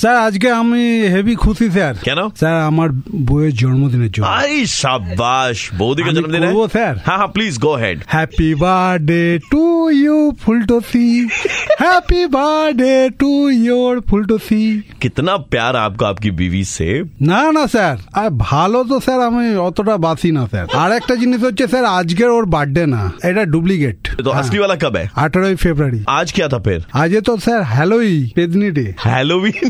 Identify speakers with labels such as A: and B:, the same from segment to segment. A: Sir আজকে আমি heavy খুশি স্যার
B: কেন?
A: স্যার আমার বইয়ের জন্মদিনের জন্য
B: আরে সাবাস বৌদিকে
A: আমি
B: জন্মদিন
A: করবো, স্যার?
B: হ্যাঁ হ্যাঁ please go ahead
A: happy birthday to you Phultushi happy birthday to your Phultushi
B: कितना प्यार आपका आपकी बीवी से
A: না না স্যার আর ভালো তো স্যার আমি অতটা বাসি না স্যার আর একটা জিনিস হচ্ছে স্যার আজকের ওর বার্থডে না এটা ডুপ্লিকেট
B: तो असली वाला कब है
A: আঠারোই ফেব্রুয়ারি
B: आज क्या था फिर
A: আজে তো স্যার হ্যালোই পেদনি ডে
B: Halloween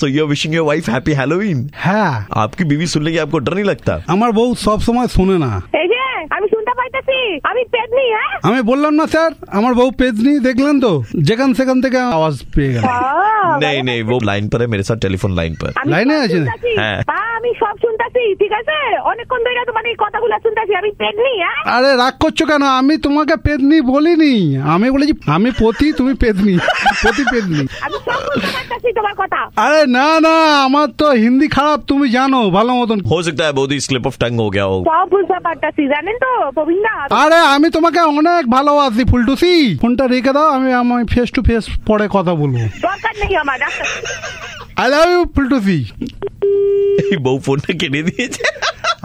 B: so you wishing your wife happy Halloween
A: হ্যাঁ
B: आपकी बीवी सुन लेगी आपको डर नहीं लगता
A: আমার বউ সব সময় শুনে না
C: এই যে আমি শুনতে পাইতেছি আমি পেদনি হ্যাঁ
A: আমি বললাম না স্যার আমার বউ পেদনি দেখলেন তো যেখান সেখান থেকে আওয়াজ পেয়ে গেল
C: আহ,
B: नहीं नहीं वो लाइन पर है मेरे साथ टेलीफोन लाइन पर
C: আমি
A: লাইনে
C: সব
A: আছে?
C: শুনতাছি।
B: হ্যাঁ।
C: হ্যাঁ, আমি সব শুনতাছি ঠিক আছে অনেকক্ষণ ধরে তোমার এই কথাগুলো শুনতাছি আমি পেদনি হ্যাঁ
A: আরে রাগ করছো কেন আমি তোমাকে পেদনি বলিনি আমি বলেছি আমি পতি তুমি পেদনি পতি পেদনি
C: আমি সব শুনতে পাইতেছি তোমার কথা
A: আরে না না আমার তো হিন্দি খারাপ তুমি জানো ভালো মতন
B: हो सकता है बोधी स्लिप ऑफ टंग हो गया हो
C: সব বুঝতে পারতাছি জানেন তো প্রবীণ দা
A: আরে আমি তোমাকে অনেক ভালোবাসি ফুলটুসি ফোনটা রেখে দাও আমি আমার ফেস টু ফেস পরে কথা বলবো
C: দরকার নেই আমার doctor
A: I love you Phultushi
B: बहू फोन केड़े दिए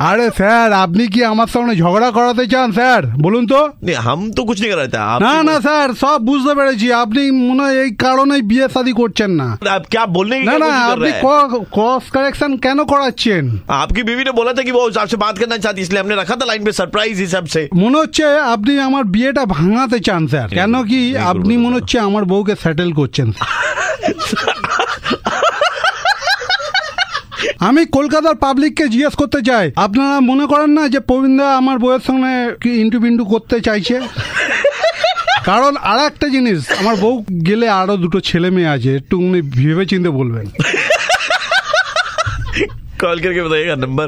A: আরে স্যার আপনি কি আমার সঙ্গে ঝগড়া করাতে চান স্যার বলুন তো
B: नहीं हम तो कुछ नहीं कराते आप
A: না না স্যার সব বুঝতে পেরেছি আপনি মনে হয় এই কারণেই বিয়ে শাদি করছেন না
B: आप क्या बोलने की
A: না
B: क्या
A: না
B: कोशिश कर
A: আপনি
B: रहे हैं?
A: ক্রস কারেকশন কেন করাচ্ছেন
B: आपकी बीवी ने बोला था कि वो आपसे बात करना चाहती इसलिए हमने रखा था लाइन पे सरप्राइज हिसाब से
A: মনে হচ্ছে আপনি আমার বিয়েটা ভাঙাতে চান স্যার কেন কি
B: এই করবো
A: আপনি
B: না,
A: মনে
B: না।
A: হচ্ছে আমার বউকে সেটেল করছেন আমি কলকাতার পাবলিককে জিজ্ঞেস করতে চাই আপনারা মনে করেন না যে প্রবীণদা আমার বউয়ের সঙ্গে কি ইন্টু বিন্টু করতে চাইছে কারণ আর একটা জিনিস আমার বউ গেলে আরো দুটো ছেলে মেয়ে আছে একটু উনি ভেবে চিনতে বলবেন
B: कॉल करके बताइएगा number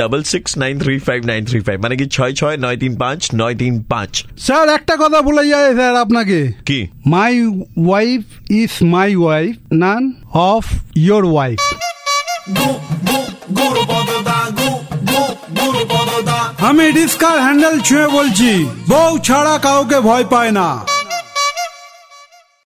B: double six nine three five nine three five माने कि छः छः नौ तीन पाँच नौ तीन पाँच
A: স্যার একটা কথা বলে যায় স্যার আপনাকে
B: की
A: my wife is my wife none of your wife আমি ডিসকার হ্যান্ডেল ছুঁয়ে বলছি বউ ছাড়া কাউকে ভয় পায় না